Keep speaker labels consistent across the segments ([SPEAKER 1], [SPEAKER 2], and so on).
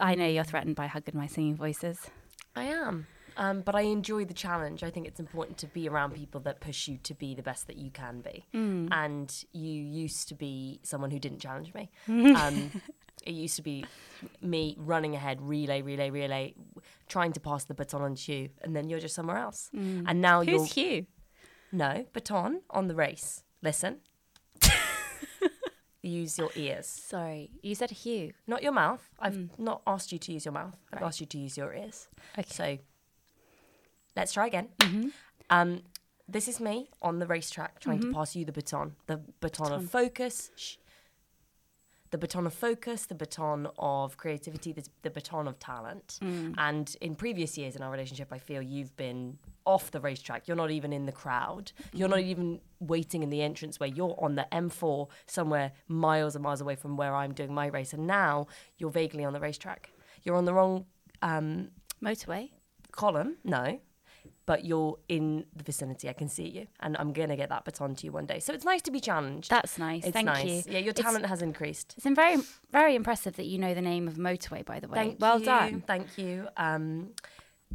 [SPEAKER 1] I know you're threatened by hugging my singing voices.
[SPEAKER 2] I am. Um, but I enjoy the challenge. I think it's important to be around people that push you to be the best that you can be. And you used to be someone who didn't challenge me. Um, it used to be me running ahead, relay, relay, relay, trying to pass the baton on to you, and then you're just somewhere else. And now Oh, you're
[SPEAKER 1] Who's Hugh?
[SPEAKER 2] no baton on the race. Listen, use your ears,
[SPEAKER 1] Sorry, you said Hugh.
[SPEAKER 2] not your mouth. I've not asked you to use your mouth. I've asked you to use your ears.
[SPEAKER 1] Okay.
[SPEAKER 2] So let's try again. Um, this is me on the racetrack trying to pass you the baton, the baton, of focus, shh. the baton of focus, the baton of creativity, the, the baton of talent.
[SPEAKER 1] Mm.
[SPEAKER 2] And in previous years in our relationship, I feel you've been off the racetrack. You're not even in the crowd. You're
[SPEAKER 1] Mm.
[SPEAKER 2] not even waiting in the entrance where you're on the M4 somewhere miles and miles away from where I'm doing my race. And now you're vaguely on the racetrack. You're on the wrong um,
[SPEAKER 1] Motorway.
[SPEAKER 2] column, no, but you're in the vicinity. I can see you, and I'm gonna get that baton to you one day. So it's nice to be challenged.
[SPEAKER 1] That's nice.
[SPEAKER 2] it's
[SPEAKER 1] Thank you.
[SPEAKER 2] nice. Yeah, your
[SPEAKER 1] It's-
[SPEAKER 2] talent has increased.
[SPEAKER 1] It's been very, very impressive that you know the name of motorway. By the way,
[SPEAKER 2] Thank
[SPEAKER 1] well
[SPEAKER 2] you.
[SPEAKER 1] done.
[SPEAKER 2] Thank you. Um,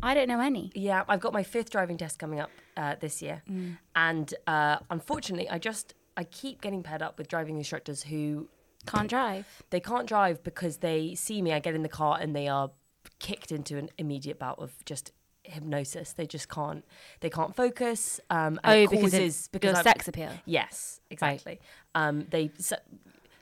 [SPEAKER 1] I don't know any.
[SPEAKER 2] yeah, I've got my fifth driving test coming up uh, this year,
[SPEAKER 1] Mm.
[SPEAKER 2] and uh, unfortunately, I just I keep getting paired up with driving instructors who
[SPEAKER 1] Can't drive.
[SPEAKER 2] they can't drive because they see me. I get in the car and they are kicked into an immediate bout of just hypnosis. They just can't. They can't focus. Um, and it
[SPEAKER 1] oh, because
[SPEAKER 2] causes-
[SPEAKER 1] it's your
[SPEAKER 2] I've-
[SPEAKER 1] sex appeal.
[SPEAKER 2] Yes, exactly. Um, they su-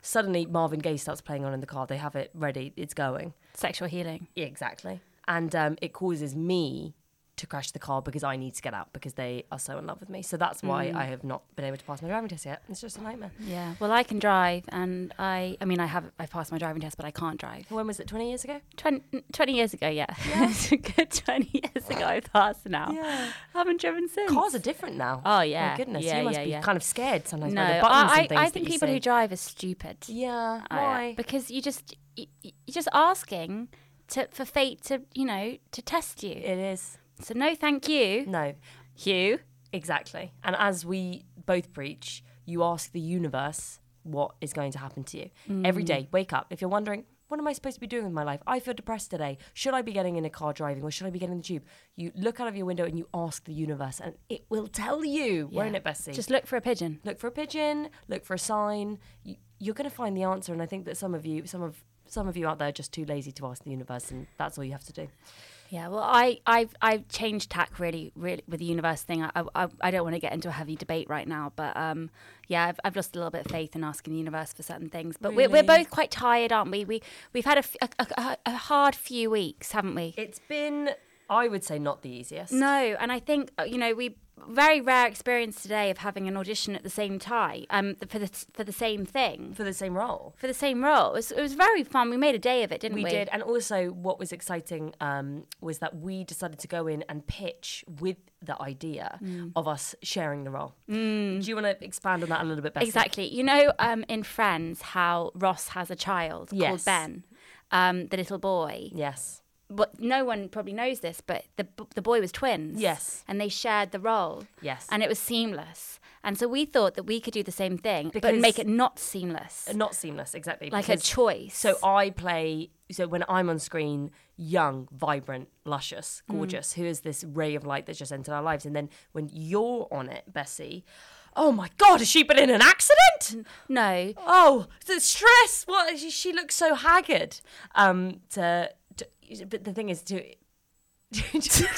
[SPEAKER 2] suddenly Marvin Gaye starts playing on in the car. They have it ready. It's going.
[SPEAKER 1] Sexual healing.
[SPEAKER 2] Yeah, exactly. And um, it causes me to crash the car because I need to get out because they are so in love with me. So that's why
[SPEAKER 1] Mm.
[SPEAKER 2] I have not been able to pass my driving test yet. It's just a nightmare.
[SPEAKER 1] Yeah. Well, I can drive, and I, I mean, I have, I passed my driving test, but I can't drive.
[SPEAKER 2] When was it? Twenty years ago?
[SPEAKER 1] 20, 20 years ago, yeah. It's a good 20 years ago, I passed now.
[SPEAKER 2] Yeah.
[SPEAKER 1] haven't driven since.
[SPEAKER 2] Cars are different now.
[SPEAKER 1] Mm. Oh, yeah.
[SPEAKER 2] My goodness,
[SPEAKER 1] Yeah,
[SPEAKER 2] you must
[SPEAKER 1] yeah,
[SPEAKER 2] be
[SPEAKER 1] yeah.
[SPEAKER 2] kind of scared sometimes
[SPEAKER 1] no,
[SPEAKER 2] by the buttons
[SPEAKER 1] I,
[SPEAKER 2] and things.
[SPEAKER 1] I, I
[SPEAKER 2] that
[SPEAKER 1] think
[SPEAKER 2] you
[SPEAKER 1] people who
[SPEAKER 2] see.
[SPEAKER 1] drive Oh, are stupid.
[SPEAKER 2] Yeah.
[SPEAKER 1] I-
[SPEAKER 2] Why?
[SPEAKER 1] because you just, you, you're just asking to, for fate to, you know, to test you.
[SPEAKER 2] it is.
[SPEAKER 1] So no thank you,
[SPEAKER 2] No.
[SPEAKER 1] Hugh.
[SPEAKER 2] Exactly. And as we both preach, you ask the universe what is going to happen to you.
[SPEAKER 1] Mm.
[SPEAKER 2] Every day, wake up. If you're wondering, what am I supposed to be doing with my life? I feel depressed today. Should I be getting in a car driving or should I be getting the tube? You look out of your window and you ask the universe, and it will tell you, won't
[SPEAKER 1] Yeah.
[SPEAKER 2] it, Bessie?
[SPEAKER 1] Just look for a pigeon.
[SPEAKER 2] look for a pigeon, look for a sign. You, you're going to find the answer. And I think that some of you, some of some of you out there are just too lazy to ask the universe, and that's all you have to do.
[SPEAKER 1] Yeah, well, I, I've, I've changed tack really, really with the universe thing. I, I, I don't want to get into a heavy debate right now, but um, yeah, I've, I've lost a little bit of faith in asking the universe for certain things. But we're,
[SPEAKER 2] Really?
[SPEAKER 1] we're both quite tired, aren't we? we we've had a, f- a- a- a hard few weeks, haven't we?
[SPEAKER 2] It's been, I would say, not the easiest.
[SPEAKER 1] No, and I think uh, you know we very rare experience today of having an audition at the same time um, for the for the same thing
[SPEAKER 2] For the same role.
[SPEAKER 1] for the same role. It was, it was very fun. We made a day of it, didn't we?
[SPEAKER 2] We did, and also what was exciting um, was that we decided to go in and pitch with the idea
[SPEAKER 1] Mm.
[SPEAKER 2] of us sharing the role. Do you want to expand on that a little bit better?
[SPEAKER 1] Exactly. You know, um, in Friends, how Ross has a child called
[SPEAKER 2] Yes.
[SPEAKER 1] Ben, um, the little boy.
[SPEAKER 2] Yes.
[SPEAKER 1] But no one probably knows this, but the b- the boy was twins.
[SPEAKER 2] Yes.
[SPEAKER 1] and they shared the role.
[SPEAKER 2] Yes.
[SPEAKER 1] and it was seamless. And so we thought that we could do the same thing, but
[SPEAKER 2] Because-
[SPEAKER 1] make it not seamless,
[SPEAKER 2] Not seamless, exactly.
[SPEAKER 1] like a
[SPEAKER 2] because-
[SPEAKER 1] choice.
[SPEAKER 2] So I play. So when I'm on screen, young, vibrant, luscious,
[SPEAKER 1] Mm.
[SPEAKER 2] gorgeous. Who is this ray of light that's just entered our lives? And then when you're on it, Bessie. Oh my God! Has she been in an
[SPEAKER 1] Mm.
[SPEAKER 2] accident?
[SPEAKER 1] no,
[SPEAKER 2] oh the stress what she, she looks so haggard um to, to but the thing is to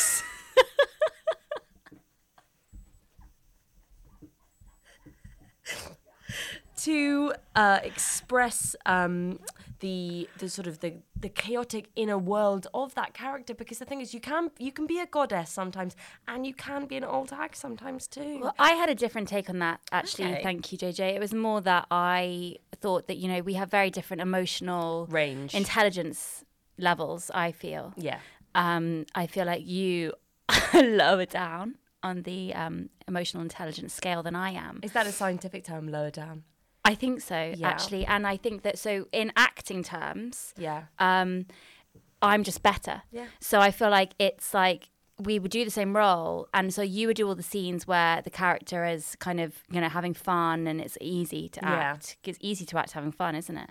[SPEAKER 2] to uh, express um, the the sort of the, the chaotic inner world of that character because the thing is you can you can be a goddess sometimes and you can be an old hag sometimes too
[SPEAKER 1] Well, I had a different take on that, actually.
[SPEAKER 2] Okay.
[SPEAKER 1] Thank you, JJ. It was more that I thought that, you know, we have very different emotional
[SPEAKER 2] Range.
[SPEAKER 1] intelligence levels, I feel.
[SPEAKER 2] yeah Mm.
[SPEAKER 1] Um, I feel like you are lower down on the um, emotional intelligence scale than I am.
[SPEAKER 2] is that a scientific term lower down
[SPEAKER 1] I think so,
[SPEAKER 2] Yeah.
[SPEAKER 1] actually. And I think that, so in acting terms,
[SPEAKER 2] yeah
[SPEAKER 1] um, I'm just better.
[SPEAKER 2] Yeah.
[SPEAKER 1] So I feel like it's like we would do the same role, and so you would do all the scenes where the character is kind of you know having fun and it's easy to
[SPEAKER 2] Yeah.
[SPEAKER 1] act. It's easy to act having fun, isn't it?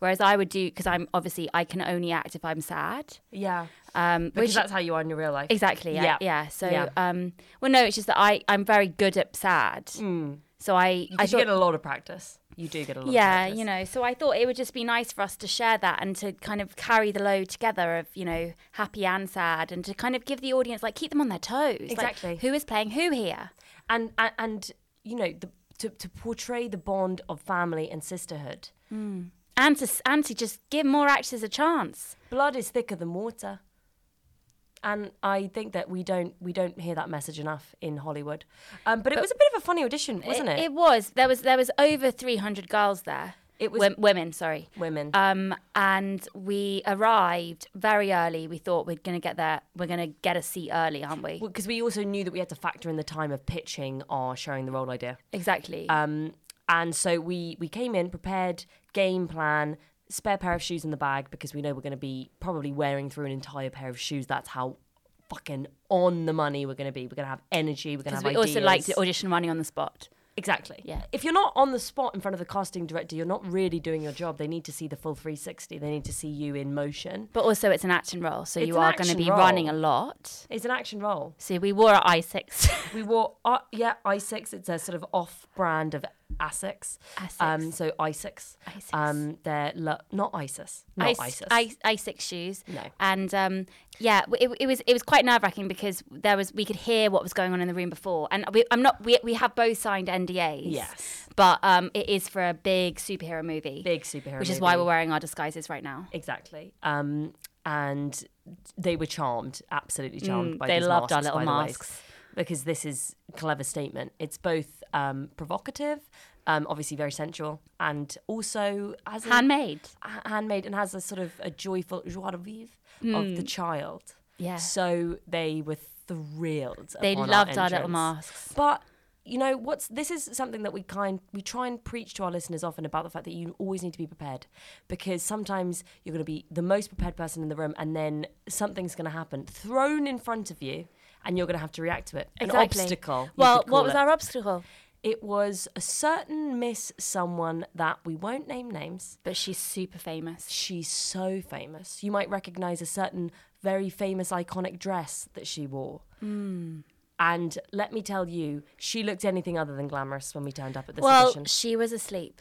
[SPEAKER 1] Whereas I would do because I'm obviously I can only act if I'm sad.
[SPEAKER 2] Yeah.
[SPEAKER 1] Um,
[SPEAKER 2] Because
[SPEAKER 1] which
[SPEAKER 2] that's how you are in your real life.
[SPEAKER 1] exactly yeah
[SPEAKER 2] Yeah.
[SPEAKER 1] yeah. So
[SPEAKER 2] Yeah.
[SPEAKER 1] um, well no, it's just that I I'm very good at sad. So I I
[SPEAKER 2] Because Mm. you
[SPEAKER 1] thought
[SPEAKER 2] get a lot of practice. You do get a lot
[SPEAKER 1] yeah
[SPEAKER 2] of practice.
[SPEAKER 1] you know so i thought it would just be nice for us to share that and to kind of carry the load together of you know happy and sad and to kind of give the audience like keep them on their toes Like,
[SPEAKER 2] Exactly.
[SPEAKER 1] who is playing who here
[SPEAKER 2] and and, and you know the, to to portray the bond of family and sisterhood.
[SPEAKER 1] and to s- and to just give more actors a chance
[SPEAKER 2] Blood is thicker than water, and I think that we don't we don't hear that message enough in Hollywood. Um, but, it was a bit of a funny audition, wasn't it?
[SPEAKER 1] it, was there was there was over 300 girls there
[SPEAKER 2] It was-
[SPEAKER 1] Wom- women sorry
[SPEAKER 2] Women.
[SPEAKER 1] um, and we arrived very early. We thought we're gonna get there. We're gonna get a seat early, aren't we?
[SPEAKER 2] because we also knew that we had to factor in the time of pitching or sharing the role idea.
[SPEAKER 1] Exactly.
[SPEAKER 2] Um, and so we we came in prepared, game plan, spare pair of shoes in the bag because we know we're going to be probably wearing through an entire pair of shoes. That's how fucking on the money we're going to be. We're going to have energy. We're going to
[SPEAKER 1] Because we
[SPEAKER 2] have ideas.
[SPEAKER 1] also like to audition running on the spot.
[SPEAKER 2] exactly.
[SPEAKER 1] Yeah.
[SPEAKER 2] If you're not on the spot in front of the casting director, you're not really doing your job. They need to see the full 360. They need to see you in motion.
[SPEAKER 1] But also, it's an action role, so
[SPEAKER 2] It's
[SPEAKER 1] you
[SPEAKER 2] an
[SPEAKER 1] are going to
[SPEAKER 2] action
[SPEAKER 1] be
[SPEAKER 2] role.
[SPEAKER 1] running a lot.
[SPEAKER 2] It's an action role.
[SPEAKER 1] See, we wore our i six.
[SPEAKER 2] We wore, uh, yeah, i6. It's a sort of off brand of Asics.
[SPEAKER 1] Asics.
[SPEAKER 2] Um, so i6.
[SPEAKER 1] Asics.
[SPEAKER 2] Um, they're lo- not ISIS. Not ISIS.
[SPEAKER 1] I, I six shoes.
[SPEAKER 2] No.
[SPEAKER 1] And um, yeah, w- it, it was it was quite nerve wracking because there was we could hear what was going on in the room before, and we, I'm not we, we have both signed NDAs.
[SPEAKER 2] Yes.
[SPEAKER 1] But um, it is for a big superhero movie,
[SPEAKER 2] Big superhero.
[SPEAKER 1] which is why
[SPEAKER 2] movie.
[SPEAKER 1] we're wearing our disguises right now.
[SPEAKER 2] exactly. Um, and they were charmed, absolutely charmed
[SPEAKER 1] Mm,
[SPEAKER 2] by
[SPEAKER 1] they
[SPEAKER 2] these
[SPEAKER 1] loved our
[SPEAKER 2] masks,
[SPEAKER 1] little
[SPEAKER 2] by the way,
[SPEAKER 1] masks.
[SPEAKER 2] because this is a clever statement. It's both um, provocative, um, obviously very sensual, and also has a-
[SPEAKER 1] Handmade.
[SPEAKER 2] ha- handmade and has a sort of a joyful joie de vivre of the child.
[SPEAKER 1] Mm. Yeah.
[SPEAKER 2] So they were thrilled.
[SPEAKER 1] They
[SPEAKER 2] upon
[SPEAKER 1] loved our little
[SPEAKER 2] entrance.
[SPEAKER 1] masks.
[SPEAKER 2] But you know what's this is something that we kind we try and preach to our listeners often about the fact that you always need to be prepared because sometimes you're going to be the most prepared person in the room and then something's going to happen thrown in front of you and you're going to have to react to it an obstacle you
[SPEAKER 1] Well,
[SPEAKER 2] could
[SPEAKER 1] what
[SPEAKER 2] call
[SPEAKER 1] was
[SPEAKER 2] it.
[SPEAKER 1] our obstacle?
[SPEAKER 2] it was a certain miss someone that we won't name names
[SPEAKER 1] But she's super famous.
[SPEAKER 2] She's so famous. You might recognize a certain very famous iconic dress that she wore. And let me tell you, she looked anything other than glamorous when we turned up at this
[SPEAKER 1] Well,
[SPEAKER 2] audition.
[SPEAKER 1] she was asleep.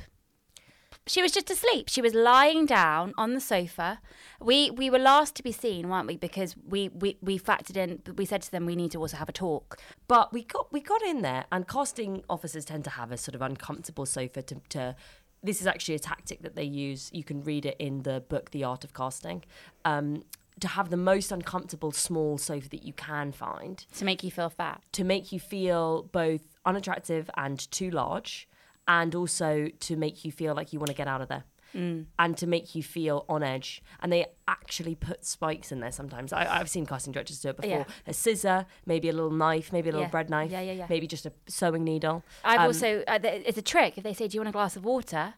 [SPEAKER 1] She was just asleep. She was lying down on the sofa. We we were last to be seen, weren't we? Because we we, we factored in. We said to them, we need to also have a talk.
[SPEAKER 2] But we got we got in there, and casting officers tend to have a sort of uncomfortable sofa to. to this is actually a tactic that they use. You can read it in the book, The Art of Casting. Um, to have the most uncomfortable small sofa that you can find.
[SPEAKER 1] To make you feel fat.
[SPEAKER 2] to make you feel both unattractive and too large, and also to make you feel like you want to get out of there.
[SPEAKER 1] Mm.
[SPEAKER 2] And to make you feel on edge, and they actually put spikes in there sometimes. I, I've seen casting directors do it before:
[SPEAKER 1] Yeah.
[SPEAKER 2] a scissor, maybe a little knife, maybe a little
[SPEAKER 1] Yeah.
[SPEAKER 2] bread knife,
[SPEAKER 1] Yeah, yeah, yeah.
[SPEAKER 2] maybe just a sewing needle.
[SPEAKER 1] I've
[SPEAKER 2] Um,
[SPEAKER 1] also uh, th- it's a trick. If they say, "Do you want a glass of water?"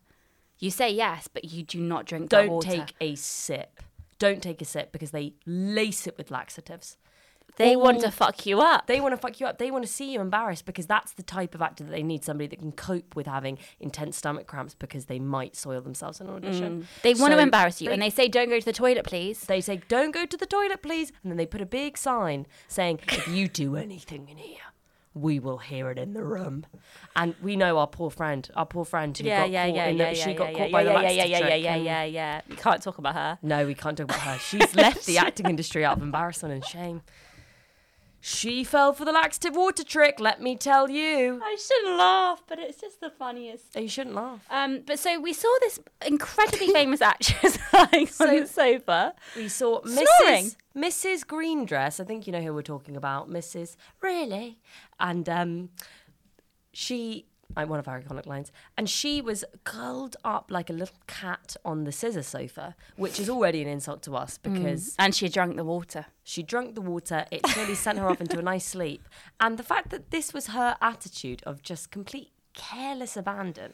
[SPEAKER 1] You say yes, but you do not drink that
[SPEAKER 2] don't
[SPEAKER 1] water.
[SPEAKER 2] take a sip. Don't take a sip because they lace it with laxatives.
[SPEAKER 1] they
[SPEAKER 2] all-
[SPEAKER 1] want to fuck you up.
[SPEAKER 2] They want to fuck you up. They want to see you embarrassed because that's the type of actor that they need somebody that can cope with having intense stomach cramps because they might soil themselves in an audition.
[SPEAKER 1] They want
[SPEAKER 2] So
[SPEAKER 1] to embarrass you,
[SPEAKER 2] They,
[SPEAKER 1] and they say, "Don't go to the toilet, please."
[SPEAKER 2] they say, don't go to the toilet, please. And then they put a big sign saying, if you do anything in here, we will hear it in the room. And we know our poor friend, our poor friend who got caught in the, she got caught by the laxative trick um, and-
[SPEAKER 1] yeah, yeah. We can't talk about her.
[SPEAKER 2] no, we can't talk about her. She's left the acting industry out of embarrassment and shame. She fell for the laxative water trick, let me tell you.
[SPEAKER 1] I shouldn't laugh, but it's just the funniest.
[SPEAKER 2] Oh, You shouldn't laugh.
[SPEAKER 1] Um, but so we saw this incredibly famous actress lying on the sofa.
[SPEAKER 2] We saw
[SPEAKER 1] Snoring.
[SPEAKER 2] Mrs. Mrs. Greendress. I think you know who we're talking about, Mrs. Really, and um, she. uh, One of our iconic lines, and she was curled up like a little cat on the scissor sofa, which is already an insult to us because
[SPEAKER 1] And she drank the water.
[SPEAKER 2] She drank the water. It surely sent her off into a nice sleep. And the fact that this was her attitude of just complete careless abandon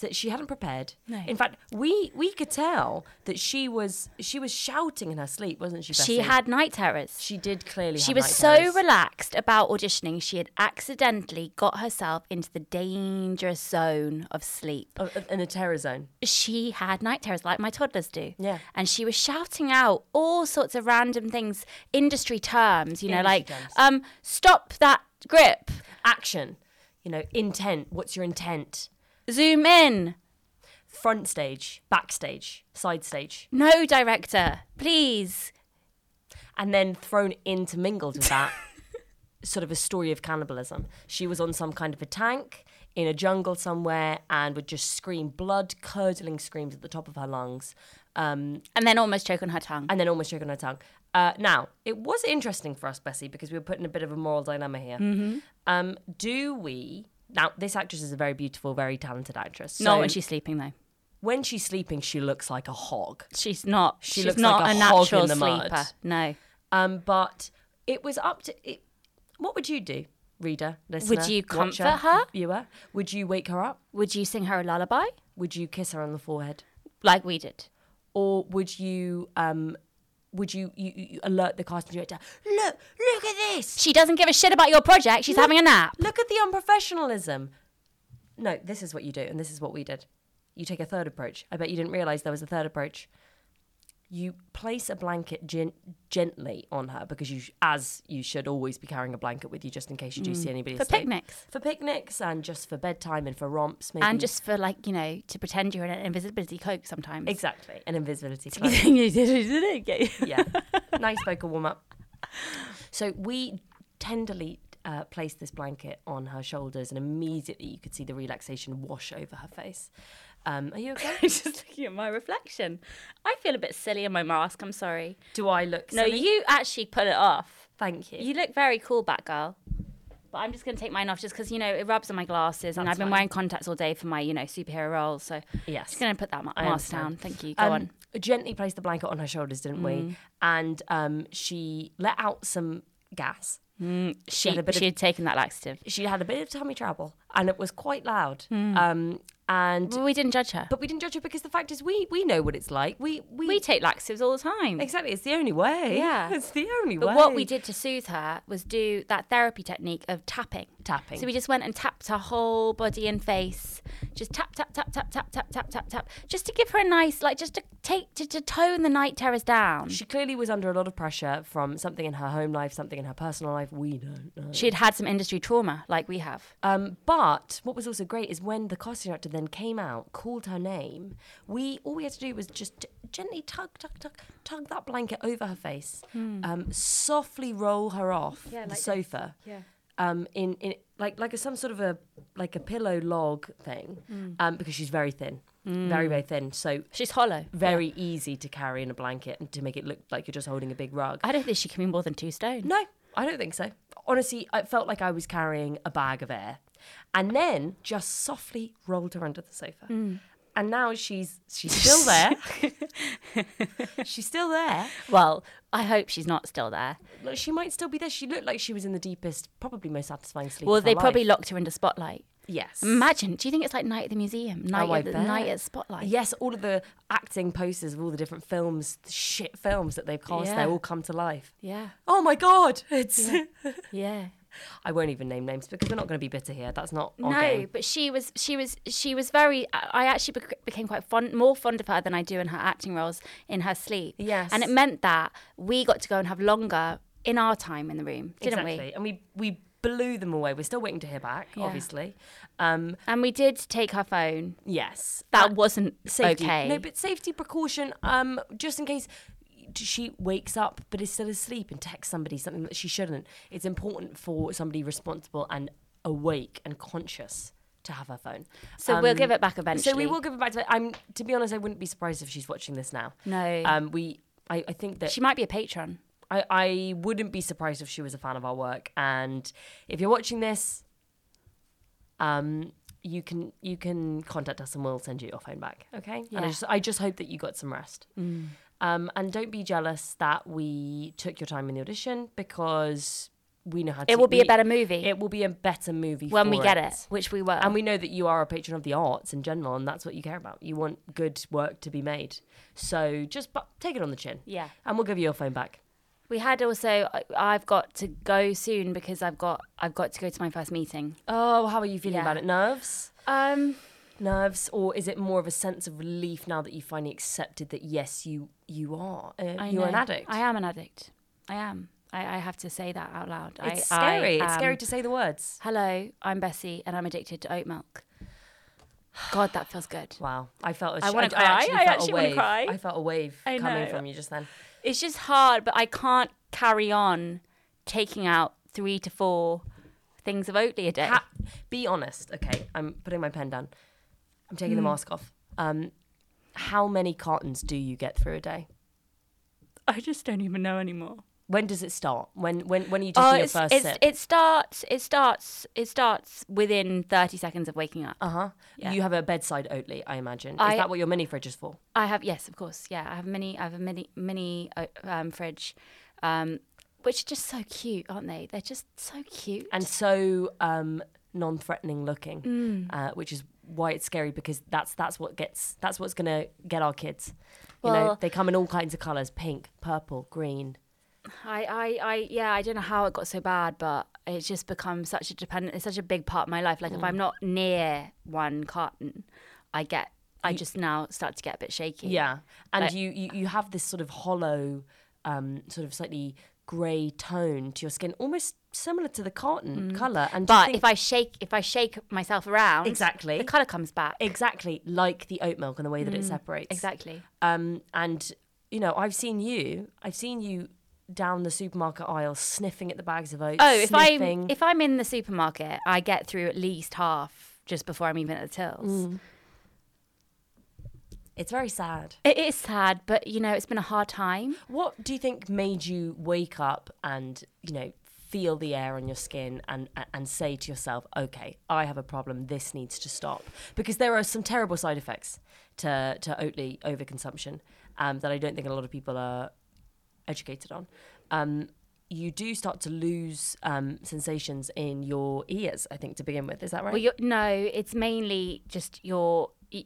[SPEAKER 2] that she hadn't prepared.
[SPEAKER 1] No.
[SPEAKER 2] In fact, we we could tell that she was she was shouting in her sleep, wasn't she?
[SPEAKER 1] She
[SPEAKER 2] Bessie?
[SPEAKER 1] had night terrors.
[SPEAKER 2] She did clearly.
[SPEAKER 1] She
[SPEAKER 2] have
[SPEAKER 1] was
[SPEAKER 2] night
[SPEAKER 1] so
[SPEAKER 2] terrors.
[SPEAKER 1] relaxed about auditioning, she had accidentally got herself into the dangerous zone of sleep.
[SPEAKER 2] Oh, in the terror zone.
[SPEAKER 1] She had night terrors like my toddlers do.
[SPEAKER 2] Yeah.
[SPEAKER 1] And she was shouting out all sorts of random things, industry terms, you know,
[SPEAKER 2] Industry
[SPEAKER 1] like,
[SPEAKER 2] terms.
[SPEAKER 1] um, stop that grip,
[SPEAKER 2] Action. You know, intent. What's your intent?
[SPEAKER 1] zoom in,
[SPEAKER 2] Front stage, backstage, side stage,
[SPEAKER 1] no director, please.
[SPEAKER 2] and then thrown intermingled with that sort of a story of cannibalism. She was on some kind of a tank in a jungle somewhere and would just scream blood curdling screams at the top of her lungs. Um,
[SPEAKER 1] And then almost choke on her tongue.
[SPEAKER 2] and then almost shook on her tongue. Uh, now, it was interesting for us, Bessie, because we were put in a bit of a moral dilemma here. Um, do we? Now, this actress is a very beautiful, very talented actress. So
[SPEAKER 1] not when she's sleeping, though.
[SPEAKER 2] when she's sleeping, she looks like a hog.
[SPEAKER 1] She's not.
[SPEAKER 2] She
[SPEAKER 1] she's
[SPEAKER 2] looks
[SPEAKER 1] not
[SPEAKER 2] like a
[SPEAKER 1] a
[SPEAKER 2] hog in
[SPEAKER 1] natural
[SPEAKER 2] the mud.
[SPEAKER 1] sleeper. No.
[SPEAKER 2] Um, but it was up to. It, what would you do, reader, listener,
[SPEAKER 1] Would you
[SPEAKER 2] watcher,
[SPEAKER 1] comfort her?
[SPEAKER 2] viewer? Would you wake her up?
[SPEAKER 1] Would you sing her a lullaby
[SPEAKER 2] Would you kiss her on the forehead,
[SPEAKER 1] like we did?
[SPEAKER 2] or would you? Um, would you, you, you alert the casting director? Look! Look at this!
[SPEAKER 1] She doesn't give a shit about your project. She's having a nap.
[SPEAKER 2] Look at the unprofessionalism. No, this is what you do, and this is what we did. You take a third approach. I bet you didn't realize there was a third approach. You place a blanket gen- gently on her because you, sh- as you should always be carrying a blanket with you, just in case you do see anybody
[SPEAKER 1] Mm. For
[SPEAKER 2] asleep.
[SPEAKER 1] picnics.
[SPEAKER 2] for picnics, and just for bedtime and for romps, maybe.
[SPEAKER 1] And just for like, you know, to pretend you're in an invisibility cloak sometimes.
[SPEAKER 2] exactly an invisibility cloak.
[SPEAKER 1] Exactly.
[SPEAKER 2] yeah, nice vocal warm up. So we tenderly uh, placed this blanket on her shoulders, and immediately you could see the relaxation wash over her face. Um, are you okay?
[SPEAKER 1] I'm just looking at my reflection. I feel a bit silly in my mask. I'm sorry.
[SPEAKER 2] Do I look?
[SPEAKER 1] No,
[SPEAKER 2] silly?
[SPEAKER 1] you actually put it off.
[SPEAKER 2] Thank you.
[SPEAKER 1] You look very cool, Batgirl. But I'm just going to take mine off just because, you know, it rubs on my glasses and
[SPEAKER 2] That's
[SPEAKER 1] I've been
[SPEAKER 2] fine.
[SPEAKER 1] wearing contacts all day for my, you know, superhero roles. So
[SPEAKER 2] Yes.
[SPEAKER 1] just going to put that ma-
[SPEAKER 2] I
[SPEAKER 1] mask down.
[SPEAKER 2] understand.
[SPEAKER 1] Thank you. Go
[SPEAKER 2] Um,
[SPEAKER 1] on. Mm.
[SPEAKER 2] Gently placed the blanket on her shoulders, didn't we? And um, she let out some gas.
[SPEAKER 1] She,
[SPEAKER 2] had a bit
[SPEAKER 1] she
[SPEAKER 2] of-
[SPEAKER 1] had taken that laxative.
[SPEAKER 2] She had a bit of tummy trouble, and it was quite loud.
[SPEAKER 1] Hmm.
[SPEAKER 2] Um, and
[SPEAKER 1] But we didn't judge her.
[SPEAKER 2] but we didn't judge her because the fact is, we we know what it's like. We we,
[SPEAKER 1] we take laxatives all the time.
[SPEAKER 2] exactly. It's the only way.
[SPEAKER 1] Yeah.
[SPEAKER 2] it's the only way.
[SPEAKER 1] But what we did to soothe her was do that therapy technique of tapping.
[SPEAKER 2] tapping.
[SPEAKER 1] So we just went and tapped her whole body and face. Just tap, tap, tap, tap, tap, tap, tap, tap, tap. Just to give her a nice, like, just to take, to, to tone the night terrors down.
[SPEAKER 2] She clearly was under a lot of pressure from something in her home life, something in her personal life. We don't know.
[SPEAKER 1] She had had some industry trauma, like we have.
[SPEAKER 2] Um, but what was also great is when the casting director then came out, called her name. We all we had to do was just t- gently tug, tug, tug, tug that blanket over her face, um, softly roll her off
[SPEAKER 1] Hmm. Yeah, like
[SPEAKER 2] the
[SPEAKER 1] this.
[SPEAKER 2] sofa.
[SPEAKER 1] Yeah.
[SPEAKER 2] Um, in, in like like a, some sort of a like a pillow log thing,
[SPEAKER 1] Hmm.
[SPEAKER 2] um, because she's very thin, very very thin. So
[SPEAKER 1] She's hollow.
[SPEAKER 2] very easy to carry in a blanket and to make it look like you're just holding a big rug.
[SPEAKER 1] I don't think she can be more than two stone.
[SPEAKER 2] No, I don't think so. Honestly, I felt like I was carrying a bag of air. And then just softly rolled her under the sofa.
[SPEAKER 1] Mm.
[SPEAKER 2] And now she's she's still there. she's still there.
[SPEAKER 1] Well, I hope she's not still there.
[SPEAKER 2] Look, She might still be there. She looked like she was in the deepest, probably most satisfying sleep.
[SPEAKER 1] Well,
[SPEAKER 2] of her
[SPEAKER 1] they probably
[SPEAKER 2] life.
[SPEAKER 1] locked her into Spotlight.
[SPEAKER 2] yes.
[SPEAKER 1] Imagine. Do you think it's like Night at the Museum? Night,
[SPEAKER 2] Oh, I
[SPEAKER 1] at, the,
[SPEAKER 2] bet.
[SPEAKER 1] night at Spotlight?
[SPEAKER 2] Yes, all of the acting posters of all the different films, the shit films that they've cast
[SPEAKER 1] Yeah.
[SPEAKER 2] there, all come to life.
[SPEAKER 1] Yeah.
[SPEAKER 2] Oh my god! It's
[SPEAKER 1] Yeah.
[SPEAKER 2] I won't even name names because we're not going to be bitter here. That's not our
[SPEAKER 1] no,
[SPEAKER 2] game.
[SPEAKER 1] but she was she was she was very. I I actually bec- became quite fond, more fond of her than I do in her acting roles in her sleep.
[SPEAKER 2] Yes.
[SPEAKER 1] and it meant that we got to go and have longer in our time in the room, didn't
[SPEAKER 2] exactly.
[SPEAKER 1] we?
[SPEAKER 2] And we we blew them away. We're still waiting to hear back,
[SPEAKER 1] Yeah.
[SPEAKER 2] obviously. Um,
[SPEAKER 1] And we did take her phone.
[SPEAKER 2] yes,
[SPEAKER 1] That wasn't
[SPEAKER 2] safety.
[SPEAKER 1] okay.
[SPEAKER 2] No, but safety precaution. Um, just in case she wakes up but is still asleep and texts somebody something that she shouldn't. It's important for somebody responsible and awake and conscious to have her phone.
[SPEAKER 1] so we'll
[SPEAKER 2] Um,
[SPEAKER 1] give it back eventually.
[SPEAKER 2] So we will give it back to. I'm to be honest, I wouldn't be surprised if she's watching this now.
[SPEAKER 1] No,
[SPEAKER 2] Um, we. I, I think that
[SPEAKER 1] she might be a patron.
[SPEAKER 2] I, I wouldn't be surprised if she was a fan of our work. And if you're watching this, um, you can you can contact us and we'll send you your phone back. Okay. And
[SPEAKER 1] Yeah.
[SPEAKER 2] I
[SPEAKER 1] Mm.
[SPEAKER 2] just I just hope that you got some rest. Um, and don't be jealous that we took your time in the audition because we know how to
[SPEAKER 1] It will be a
[SPEAKER 2] we-
[SPEAKER 1] better movie
[SPEAKER 2] It will be a better movie
[SPEAKER 1] when
[SPEAKER 2] for
[SPEAKER 1] we get it, which we will.
[SPEAKER 2] And we know that you are a patron of the arts in general, and that's what you care about. You want good work to be made. So just bu- take it on the chin.
[SPEAKER 1] Yeah.
[SPEAKER 2] And we'll give you your phone back.
[SPEAKER 1] we had also. I- I've got to go soon because I've got I've got to go to my first meeting.
[SPEAKER 2] Oh, how are you feeling
[SPEAKER 1] Yeah.
[SPEAKER 2] about it? Nerves?
[SPEAKER 1] Um,
[SPEAKER 2] Nerves? Or is it more of a sense of relief now that you finally accepted that, yes, you you are? Uh,
[SPEAKER 1] I
[SPEAKER 2] you're an
[SPEAKER 1] know.
[SPEAKER 2] addict.
[SPEAKER 1] I am an addict. I am. I, I have to say that out loud. I- um,
[SPEAKER 2] It's
[SPEAKER 1] I
[SPEAKER 2] scary. it's
[SPEAKER 1] am-
[SPEAKER 2] scary to say the words.
[SPEAKER 1] Hello, I'm Bessie, and I'm addicted to oat milk. God, that feels good.
[SPEAKER 2] Wow. I felt a
[SPEAKER 1] I
[SPEAKER 2] sh-
[SPEAKER 1] wanna cry.
[SPEAKER 2] actually
[SPEAKER 1] I
[SPEAKER 2] felt
[SPEAKER 1] actually
[SPEAKER 2] a
[SPEAKER 1] wanna
[SPEAKER 2] wave.
[SPEAKER 1] cry.
[SPEAKER 2] I felt a wave
[SPEAKER 1] I
[SPEAKER 2] coming
[SPEAKER 1] know.
[SPEAKER 2] from you just then.
[SPEAKER 1] It's just hard, but I can't carry on taking out three to four things of Oatly a day.
[SPEAKER 2] Ha- be honest. Okay, I'm putting my pen down. I'm taking the
[SPEAKER 1] Hmm.
[SPEAKER 2] mask off. Um, how many cartons do you get through a day?
[SPEAKER 1] I just don't even know anymore.
[SPEAKER 2] When does it start? When when when are you taking
[SPEAKER 1] Oh,
[SPEAKER 2] your
[SPEAKER 1] it's,
[SPEAKER 2] first
[SPEAKER 1] it's,
[SPEAKER 2] sip?
[SPEAKER 1] it starts. It starts. It starts within thirty seconds of waking up.
[SPEAKER 2] Uh huh.
[SPEAKER 1] Yeah.
[SPEAKER 2] You have a bedside Oatly, I imagine. Is
[SPEAKER 1] I-
[SPEAKER 2] that what your mini fridge is for?
[SPEAKER 1] I have yes, of course, yeah. I have a mini. I have a mini mini uh, um, fridge, um, which are just so cute, aren't they? They're just so cute.
[SPEAKER 2] And so um, non-threatening looking,
[SPEAKER 1] Mm.
[SPEAKER 2] uh, which is why it's scary because that's that's what gets that's what's gonna get our kids. You know,
[SPEAKER 1] Well-
[SPEAKER 2] they come in all kinds of colors: pink, purple, green.
[SPEAKER 1] I, I, I, yeah, I don't know how it got so bad, but it's just become such a dependent. It's such a big part of my life. Like if I'm not near one carton, I get, I just now start to get a bit shaky.
[SPEAKER 2] Yeah, and
[SPEAKER 1] Like-
[SPEAKER 2] you, you you have this sort of hollow, um, sort of slightly grey tone to your skin, almost similar to the carton color. And do you
[SPEAKER 1] Mm. But
[SPEAKER 2] think-
[SPEAKER 1] if I shake, if I shake myself around,
[SPEAKER 2] Exactly.
[SPEAKER 1] the color comes back.
[SPEAKER 2] exactly like the oat milk and the way that
[SPEAKER 1] Mm.
[SPEAKER 2] it separates,
[SPEAKER 1] Exactly.
[SPEAKER 2] Um, and you know, I've seen you, I've seen you down the supermarket aisle sniffing at the bags of oats.
[SPEAKER 1] Oh, if
[SPEAKER 2] sniffing.
[SPEAKER 1] I'm if I'm in the supermarket, I get through at least half just before I'm even at the tills.
[SPEAKER 2] it's very sad.
[SPEAKER 1] It is sad, but you know it's been a hard time.
[SPEAKER 2] What do you think made you wake up and you know? Feel the air on your skin and and say to yourself, "Okay, I have a problem. This needs to stop." Because there are some terrible side effects to to Oatly overconsumption um, that I don't think a lot of people are educated on. Um, you do start to lose um, sensations in your ears. I think to begin with, is that right?
[SPEAKER 1] Well, you're, no, it's mainly just your. y-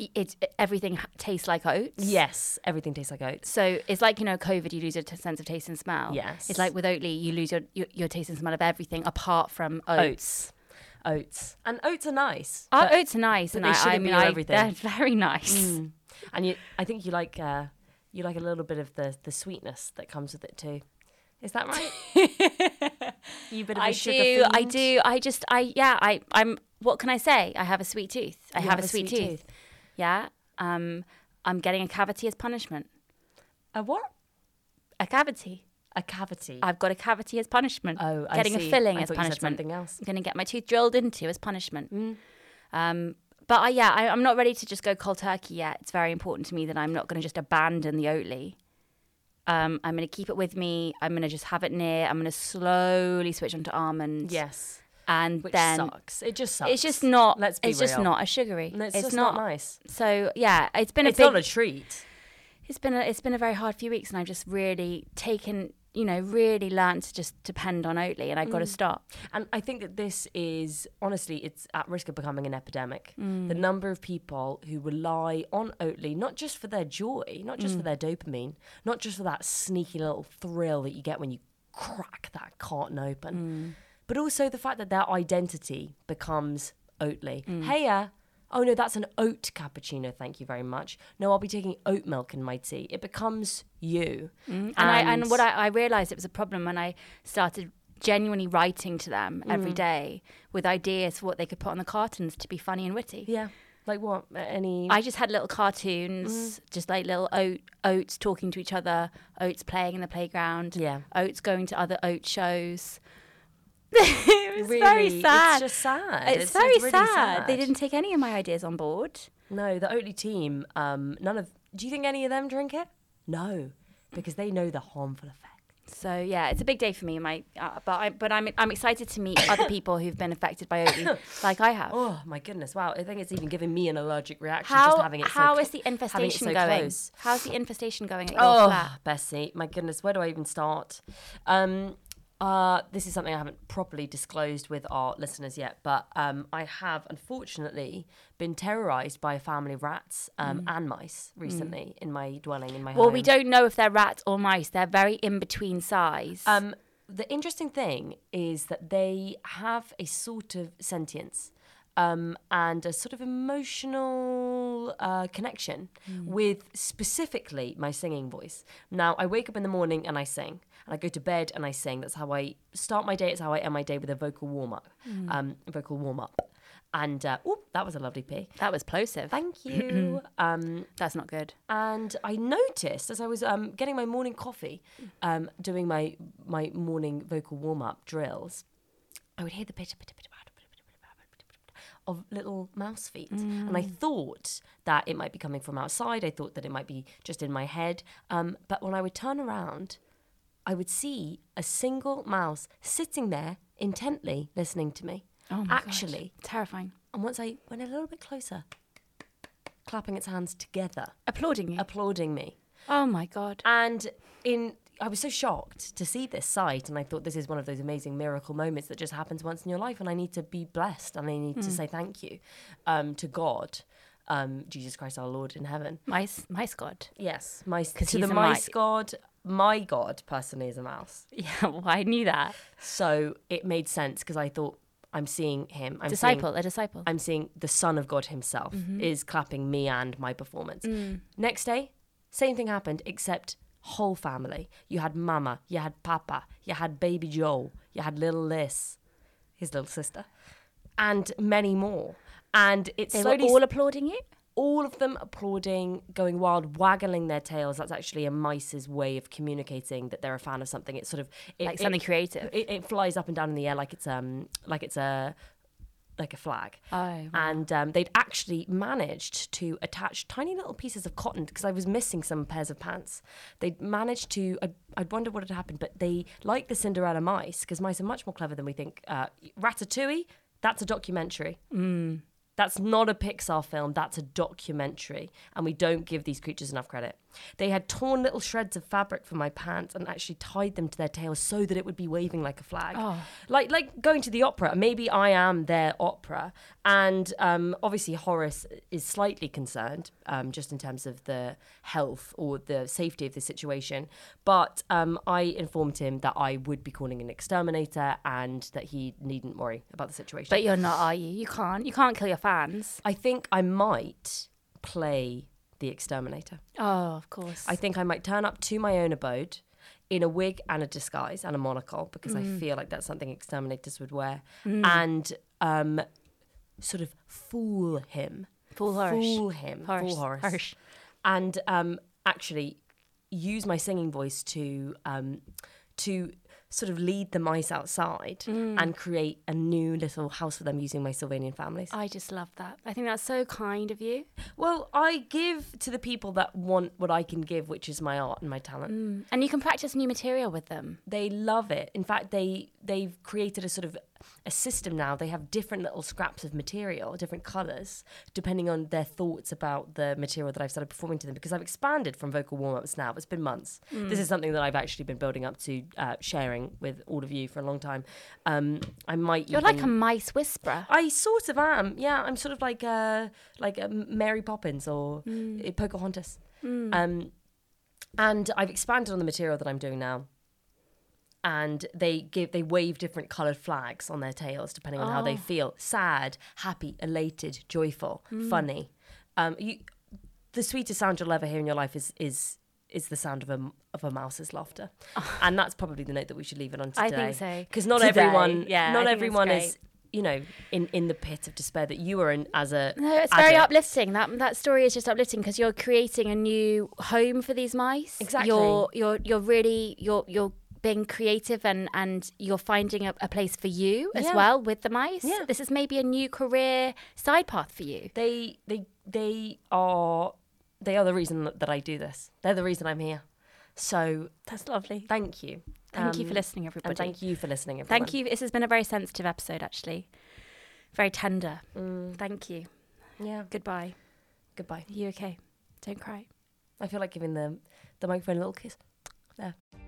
[SPEAKER 1] y- It's e, everything ha- tastes like oats.
[SPEAKER 2] yes, everything tastes like oats.
[SPEAKER 1] So it's like you know, COVID, you lose your t- sense of taste and smell.
[SPEAKER 2] Yes.
[SPEAKER 1] It's like with Oatly, you lose your, your, your taste and smell of everything apart from oats.
[SPEAKER 2] Oats, oats, and oats are nice.
[SPEAKER 1] Our
[SPEAKER 2] but-
[SPEAKER 1] oats are nice,
[SPEAKER 2] but
[SPEAKER 1] and
[SPEAKER 2] they
[SPEAKER 1] I, I
[SPEAKER 2] shouldn't be
[SPEAKER 1] mean,
[SPEAKER 2] your
[SPEAKER 1] I,
[SPEAKER 2] everything. Mm.
[SPEAKER 1] they're very nice.
[SPEAKER 2] and you, I think you like uh, you like a little bit of the the sweetness that comes with it too. Is that right? you a bit of a
[SPEAKER 1] I
[SPEAKER 2] sugar
[SPEAKER 1] do, I
[SPEAKER 2] fiend?
[SPEAKER 1] do, I just, I yeah, I, I'm. What can I say? I have a sweet tooth. I
[SPEAKER 2] You
[SPEAKER 1] have, a sweet, tooth. Yeah. Um, I'm getting a cavity as punishment.
[SPEAKER 2] A what?
[SPEAKER 1] A cavity.
[SPEAKER 2] A cavity.
[SPEAKER 1] I've got a cavity as punishment.
[SPEAKER 2] oh, I
[SPEAKER 1] getting
[SPEAKER 2] see.
[SPEAKER 1] a filling
[SPEAKER 2] I
[SPEAKER 1] as
[SPEAKER 2] thought You said
[SPEAKER 1] punishment.
[SPEAKER 2] something Mm. else.
[SPEAKER 1] I'm going to get my tooth drilled into as punishment. Um, but I, yeah, I, I'm not ready to just go cold turkey yet. It's very important to me that I'm not going to just abandon the Oatly. Um, I'm going to keep it with me. I'm going to just have it near. I'm going to slowly switch onto almonds.
[SPEAKER 2] Yes,
[SPEAKER 1] and
[SPEAKER 2] which
[SPEAKER 1] then
[SPEAKER 2] sucks. It just sucks.
[SPEAKER 1] it's just not.
[SPEAKER 2] Let's be
[SPEAKER 1] it's just
[SPEAKER 2] real.
[SPEAKER 1] not a sugary.
[SPEAKER 2] No, it's,
[SPEAKER 1] it's
[SPEAKER 2] just not, nice.
[SPEAKER 1] So yeah, it's been a
[SPEAKER 2] It's
[SPEAKER 1] big.
[SPEAKER 2] not a treat.
[SPEAKER 1] it's been a, it's been a very hard few weeks, and I've just really taken. You know, really learned to just depend on Oatly, and I've
[SPEAKER 2] Mm.
[SPEAKER 1] got to stop.
[SPEAKER 2] And I think that this is honestly, it's at risk of becoming an epidemic.
[SPEAKER 1] Mm.
[SPEAKER 2] The number of people who rely on Oatly not just for their joy, not just
[SPEAKER 1] Mm.
[SPEAKER 2] for their dopamine, not just for that sneaky little thrill that you get when you crack that carton
[SPEAKER 1] Mm.
[SPEAKER 2] open, but also the fact that their identity becomes Oatly.
[SPEAKER 1] Mm.
[SPEAKER 2] Hey, uh, oh no, that's an oat cappuccino. Thank you very much. No, I'll be taking oat milk in my tea. It becomes you.
[SPEAKER 1] Mm. And, I and what I, I realized it was a problem when I started genuinely writing to them every
[SPEAKER 2] Mm.
[SPEAKER 1] day with ideas for what they could put on the cartons to be funny and witty.
[SPEAKER 2] yeah, like what? Any?
[SPEAKER 1] I just had little
[SPEAKER 2] Mm.
[SPEAKER 1] cartoons, just like little oat, oats talking to each other, oats playing in the playground,
[SPEAKER 2] Yeah.
[SPEAKER 1] oats going to other oat shows. it was very sad.
[SPEAKER 2] It's just sad.
[SPEAKER 1] It's
[SPEAKER 2] just
[SPEAKER 1] very
[SPEAKER 2] really
[SPEAKER 1] sad. They didn't take any of my ideas on board.
[SPEAKER 2] No, the Oatly team. Um, none of. Do you think any of them drink it? No, because they know the harmful effect.
[SPEAKER 1] So yeah, it's a big day for me. My, uh, but I, but I'm I'm excited to meet other people who've been affected by Oatly, like I have.
[SPEAKER 2] Oh my goodness! Wow, I think it's even giving me an allergic reaction
[SPEAKER 1] How
[SPEAKER 2] just
[SPEAKER 1] how
[SPEAKER 2] having
[SPEAKER 1] is
[SPEAKER 2] it. so
[SPEAKER 1] the
[SPEAKER 2] cl- having it
[SPEAKER 1] infestation
[SPEAKER 2] so
[SPEAKER 1] going?
[SPEAKER 2] close.
[SPEAKER 1] How's the infestation going at your
[SPEAKER 2] Oh,
[SPEAKER 1] flat?
[SPEAKER 2] Bessie, my goodness, where do I even start? Um, Uh, this is something I haven't properly disclosed with our listeners yet, but um, I have unfortunately been terrorized by a family of rats um, and mice recently in my dwelling in my
[SPEAKER 1] Mm. Well,
[SPEAKER 2] home.
[SPEAKER 1] we don't know if they're rats or mice. They're very in between size.
[SPEAKER 2] Um, the interesting thing is that they have a sort of sentience um, and a sort of emotional uh, connection with specifically my singing voice. Now, I wake up in the morning and I sing, and I go to bed and I sing. That's how I start my day. It's how I end my day with a vocal warm up. Um, vocal warm up. And uh, oop, that was a lovely pee.
[SPEAKER 1] that was plosive.
[SPEAKER 2] Thank you. um,
[SPEAKER 1] That's not good.
[SPEAKER 2] and I noticed as I was um, getting my morning coffee, um, doing my my morning vocal warm up drills, I would hear the pitter pitter pitter patter, pitter pitter patter, pitter pitter patter of little mouse feet, and
[SPEAKER 1] Mm.
[SPEAKER 2] I thought that it might be coming from outside. I thought that it might be just in my head, um, but when I would turn around, I would see a single mouse sitting there intently listening to me.
[SPEAKER 1] Oh my God.
[SPEAKER 2] actually,
[SPEAKER 1] Terrifying.
[SPEAKER 2] and once I went a little bit closer, clapping its hands together,
[SPEAKER 1] Applauding you.
[SPEAKER 2] applauding me.
[SPEAKER 1] oh my God.
[SPEAKER 2] And in I was so shocked to see this sight, and I thought this is one of those amazing miracle moments that just happens once in your life, and I need to be blessed, and I need
[SPEAKER 1] Hmm.
[SPEAKER 2] to say thank you um, to God, um, Jesus Christ our Lord in heaven.
[SPEAKER 1] Mice, mice God.
[SPEAKER 2] Yes, my to
[SPEAKER 1] he's
[SPEAKER 2] the
[SPEAKER 1] a
[SPEAKER 2] mice
[SPEAKER 1] mi-
[SPEAKER 2] God, my God personally is a mouse,
[SPEAKER 1] Yeah, well, I knew that.
[SPEAKER 2] so it made sense because I thought I'm seeing him, I'm seeing
[SPEAKER 1] Disciple, a disciple.
[SPEAKER 2] I'm seeing the Son of God Himself
[SPEAKER 1] Mm-hmm.
[SPEAKER 2] is clapping me and my performance.
[SPEAKER 1] Mm.
[SPEAKER 2] Next day, same thing happened, except whole family. You had Mama, you had Papa, you had Baby Joel, you had little Liz, his little sister, and many more. And it's
[SPEAKER 1] they were
[SPEAKER 2] slowly
[SPEAKER 1] all applauding you?
[SPEAKER 2] all of them applauding, going wild, waggling their tails. That's actually a mice's way of communicating that they're a fan of something. It's sort of it,
[SPEAKER 1] Like something
[SPEAKER 2] it-
[SPEAKER 1] creative.
[SPEAKER 2] It, it flies up and down in the air like it's um like it's a like a flag.
[SPEAKER 1] Oh, wow.
[SPEAKER 2] and um, they'd actually managed to attach tiny little pieces of cotton because I was missing some pairs of pants. They'd managed to. I'd, I'd wonder what had happened, but they like the Cinderella mice because mice are much more clever than we think. Uh, Ratatouille. That's a documentary. That's not a Pixar film, that's a documentary. And we don't give these creatures enough credit. They had torn little shreds of fabric from my pants and actually tied them to their tails so that it would be waving like a flag. Like like going to the opera. Maybe I am their opera. And um, obviously, Horace is slightly concerned um, just in terms of the health or the safety of the situation. But um, I informed him that I would be calling an exterminator and that he needn't worry about the situation.
[SPEAKER 1] But you're not, are you? You can't. You can't kill your fans.
[SPEAKER 2] I think I might play the exterminator.
[SPEAKER 1] Oh, of course.
[SPEAKER 2] I think I might turn up to my own abode in a wig and a disguise and a monocle because I feel like that's something exterminators would wear and um, sort of fool him.
[SPEAKER 1] Fool Horace.
[SPEAKER 2] Fool him.
[SPEAKER 1] Horace.
[SPEAKER 2] Fool Horace.
[SPEAKER 1] Horace.
[SPEAKER 2] And um, actually use my singing voice to um, to sort of lead the mice outside and create a new little house for them using my Sylvanian families.
[SPEAKER 1] I just love that. I think that's so kind of you.
[SPEAKER 2] Well, I give to the people that want what I can give, which is my art and my talent.
[SPEAKER 1] And you can practice new material with them.
[SPEAKER 2] They love it. In fact, they they've created a sort of a system now. They have different little scraps of material, different colours, depending on their thoughts about the material that I've started performing to them. Because I've expanded from vocal warm ups now. It's been months.
[SPEAKER 1] Mm.
[SPEAKER 2] This is something that I've actually been building up to uh, sharing with all of you for a long time. Um, I might.
[SPEAKER 1] You're like
[SPEAKER 2] even-
[SPEAKER 1] a mice whisperer.
[SPEAKER 2] I sort of am. Yeah, I'm sort of like a like a Mary Poppins or
[SPEAKER 1] Mm.
[SPEAKER 2] uh Pocahontas. Um, and I've expanded on the material that I'm doing now. And they give they wave different coloured flags on their tails depending on how they
[SPEAKER 1] Ah.
[SPEAKER 2] feel: sad, happy, elated, joyful,
[SPEAKER 1] Mm.
[SPEAKER 2] funny. Um, you, the sweetest sound you'll ever hear in your life is is is the sound of a of a mouse's laughter, and that's probably the note that we should leave it on today.
[SPEAKER 1] Ah. I think so.
[SPEAKER 2] because not
[SPEAKER 1] Today,
[SPEAKER 2] everyone,
[SPEAKER 1] yeah, I think
[SPEAKER 2] not
[SPEAKER 1] that's
[SPEAKER 2] everyone
[SPEAKER 1] great.
[SPEAKER 2] is you know, in, in the pit of despair that you were in as a.
[SPEAKER 1] No, it's
[SPEAKER 2] as
[SPEAKER 1] very
[SPEAKER 2] a-
[SPEAKER 1] uplifting. That that story is just uplifting because you're creating a new home for these mice.
[SPEAKER 2] Exactly.
[SPEAKER 1] You're you're you're really you're you're being creative and and you're finding a, a place for you as
[SPEAKER 2] Yeah.
[SPEAKER 1] well with the mice.
[SPEAKER 2] Yeah.
[SPEAKER 1] This is maybe a new career side path for you.
[SPEAKER 2] They they they are they are the reason that I do this. They're the reason I'm here. So
[SPEAKER 1] That's lovely.
[SPEAKER 2] thank you,
[SPEAKER 1] Thank you for
[SPEAKER 2] Um,
[SPEAKER 1] listening,
[SPEAKER 2] and
[SPEAKER 1] everybody.
[SPEAKER 2] thank you for listening. Everyone.
[SPEAKER 1] Thank you. This has been a very sensitive episode, actually. Very tender. Thank you.
[SPEAKER 2] Mm, Yeah.
[SPEAKER 1] Goodbye.
[SPEAKER 2] Goodbye.
[SPEAKER 1] Are you okay? Don't cry.
[SPEAKER 2] I feel like giving the the microphone a little kiss. There.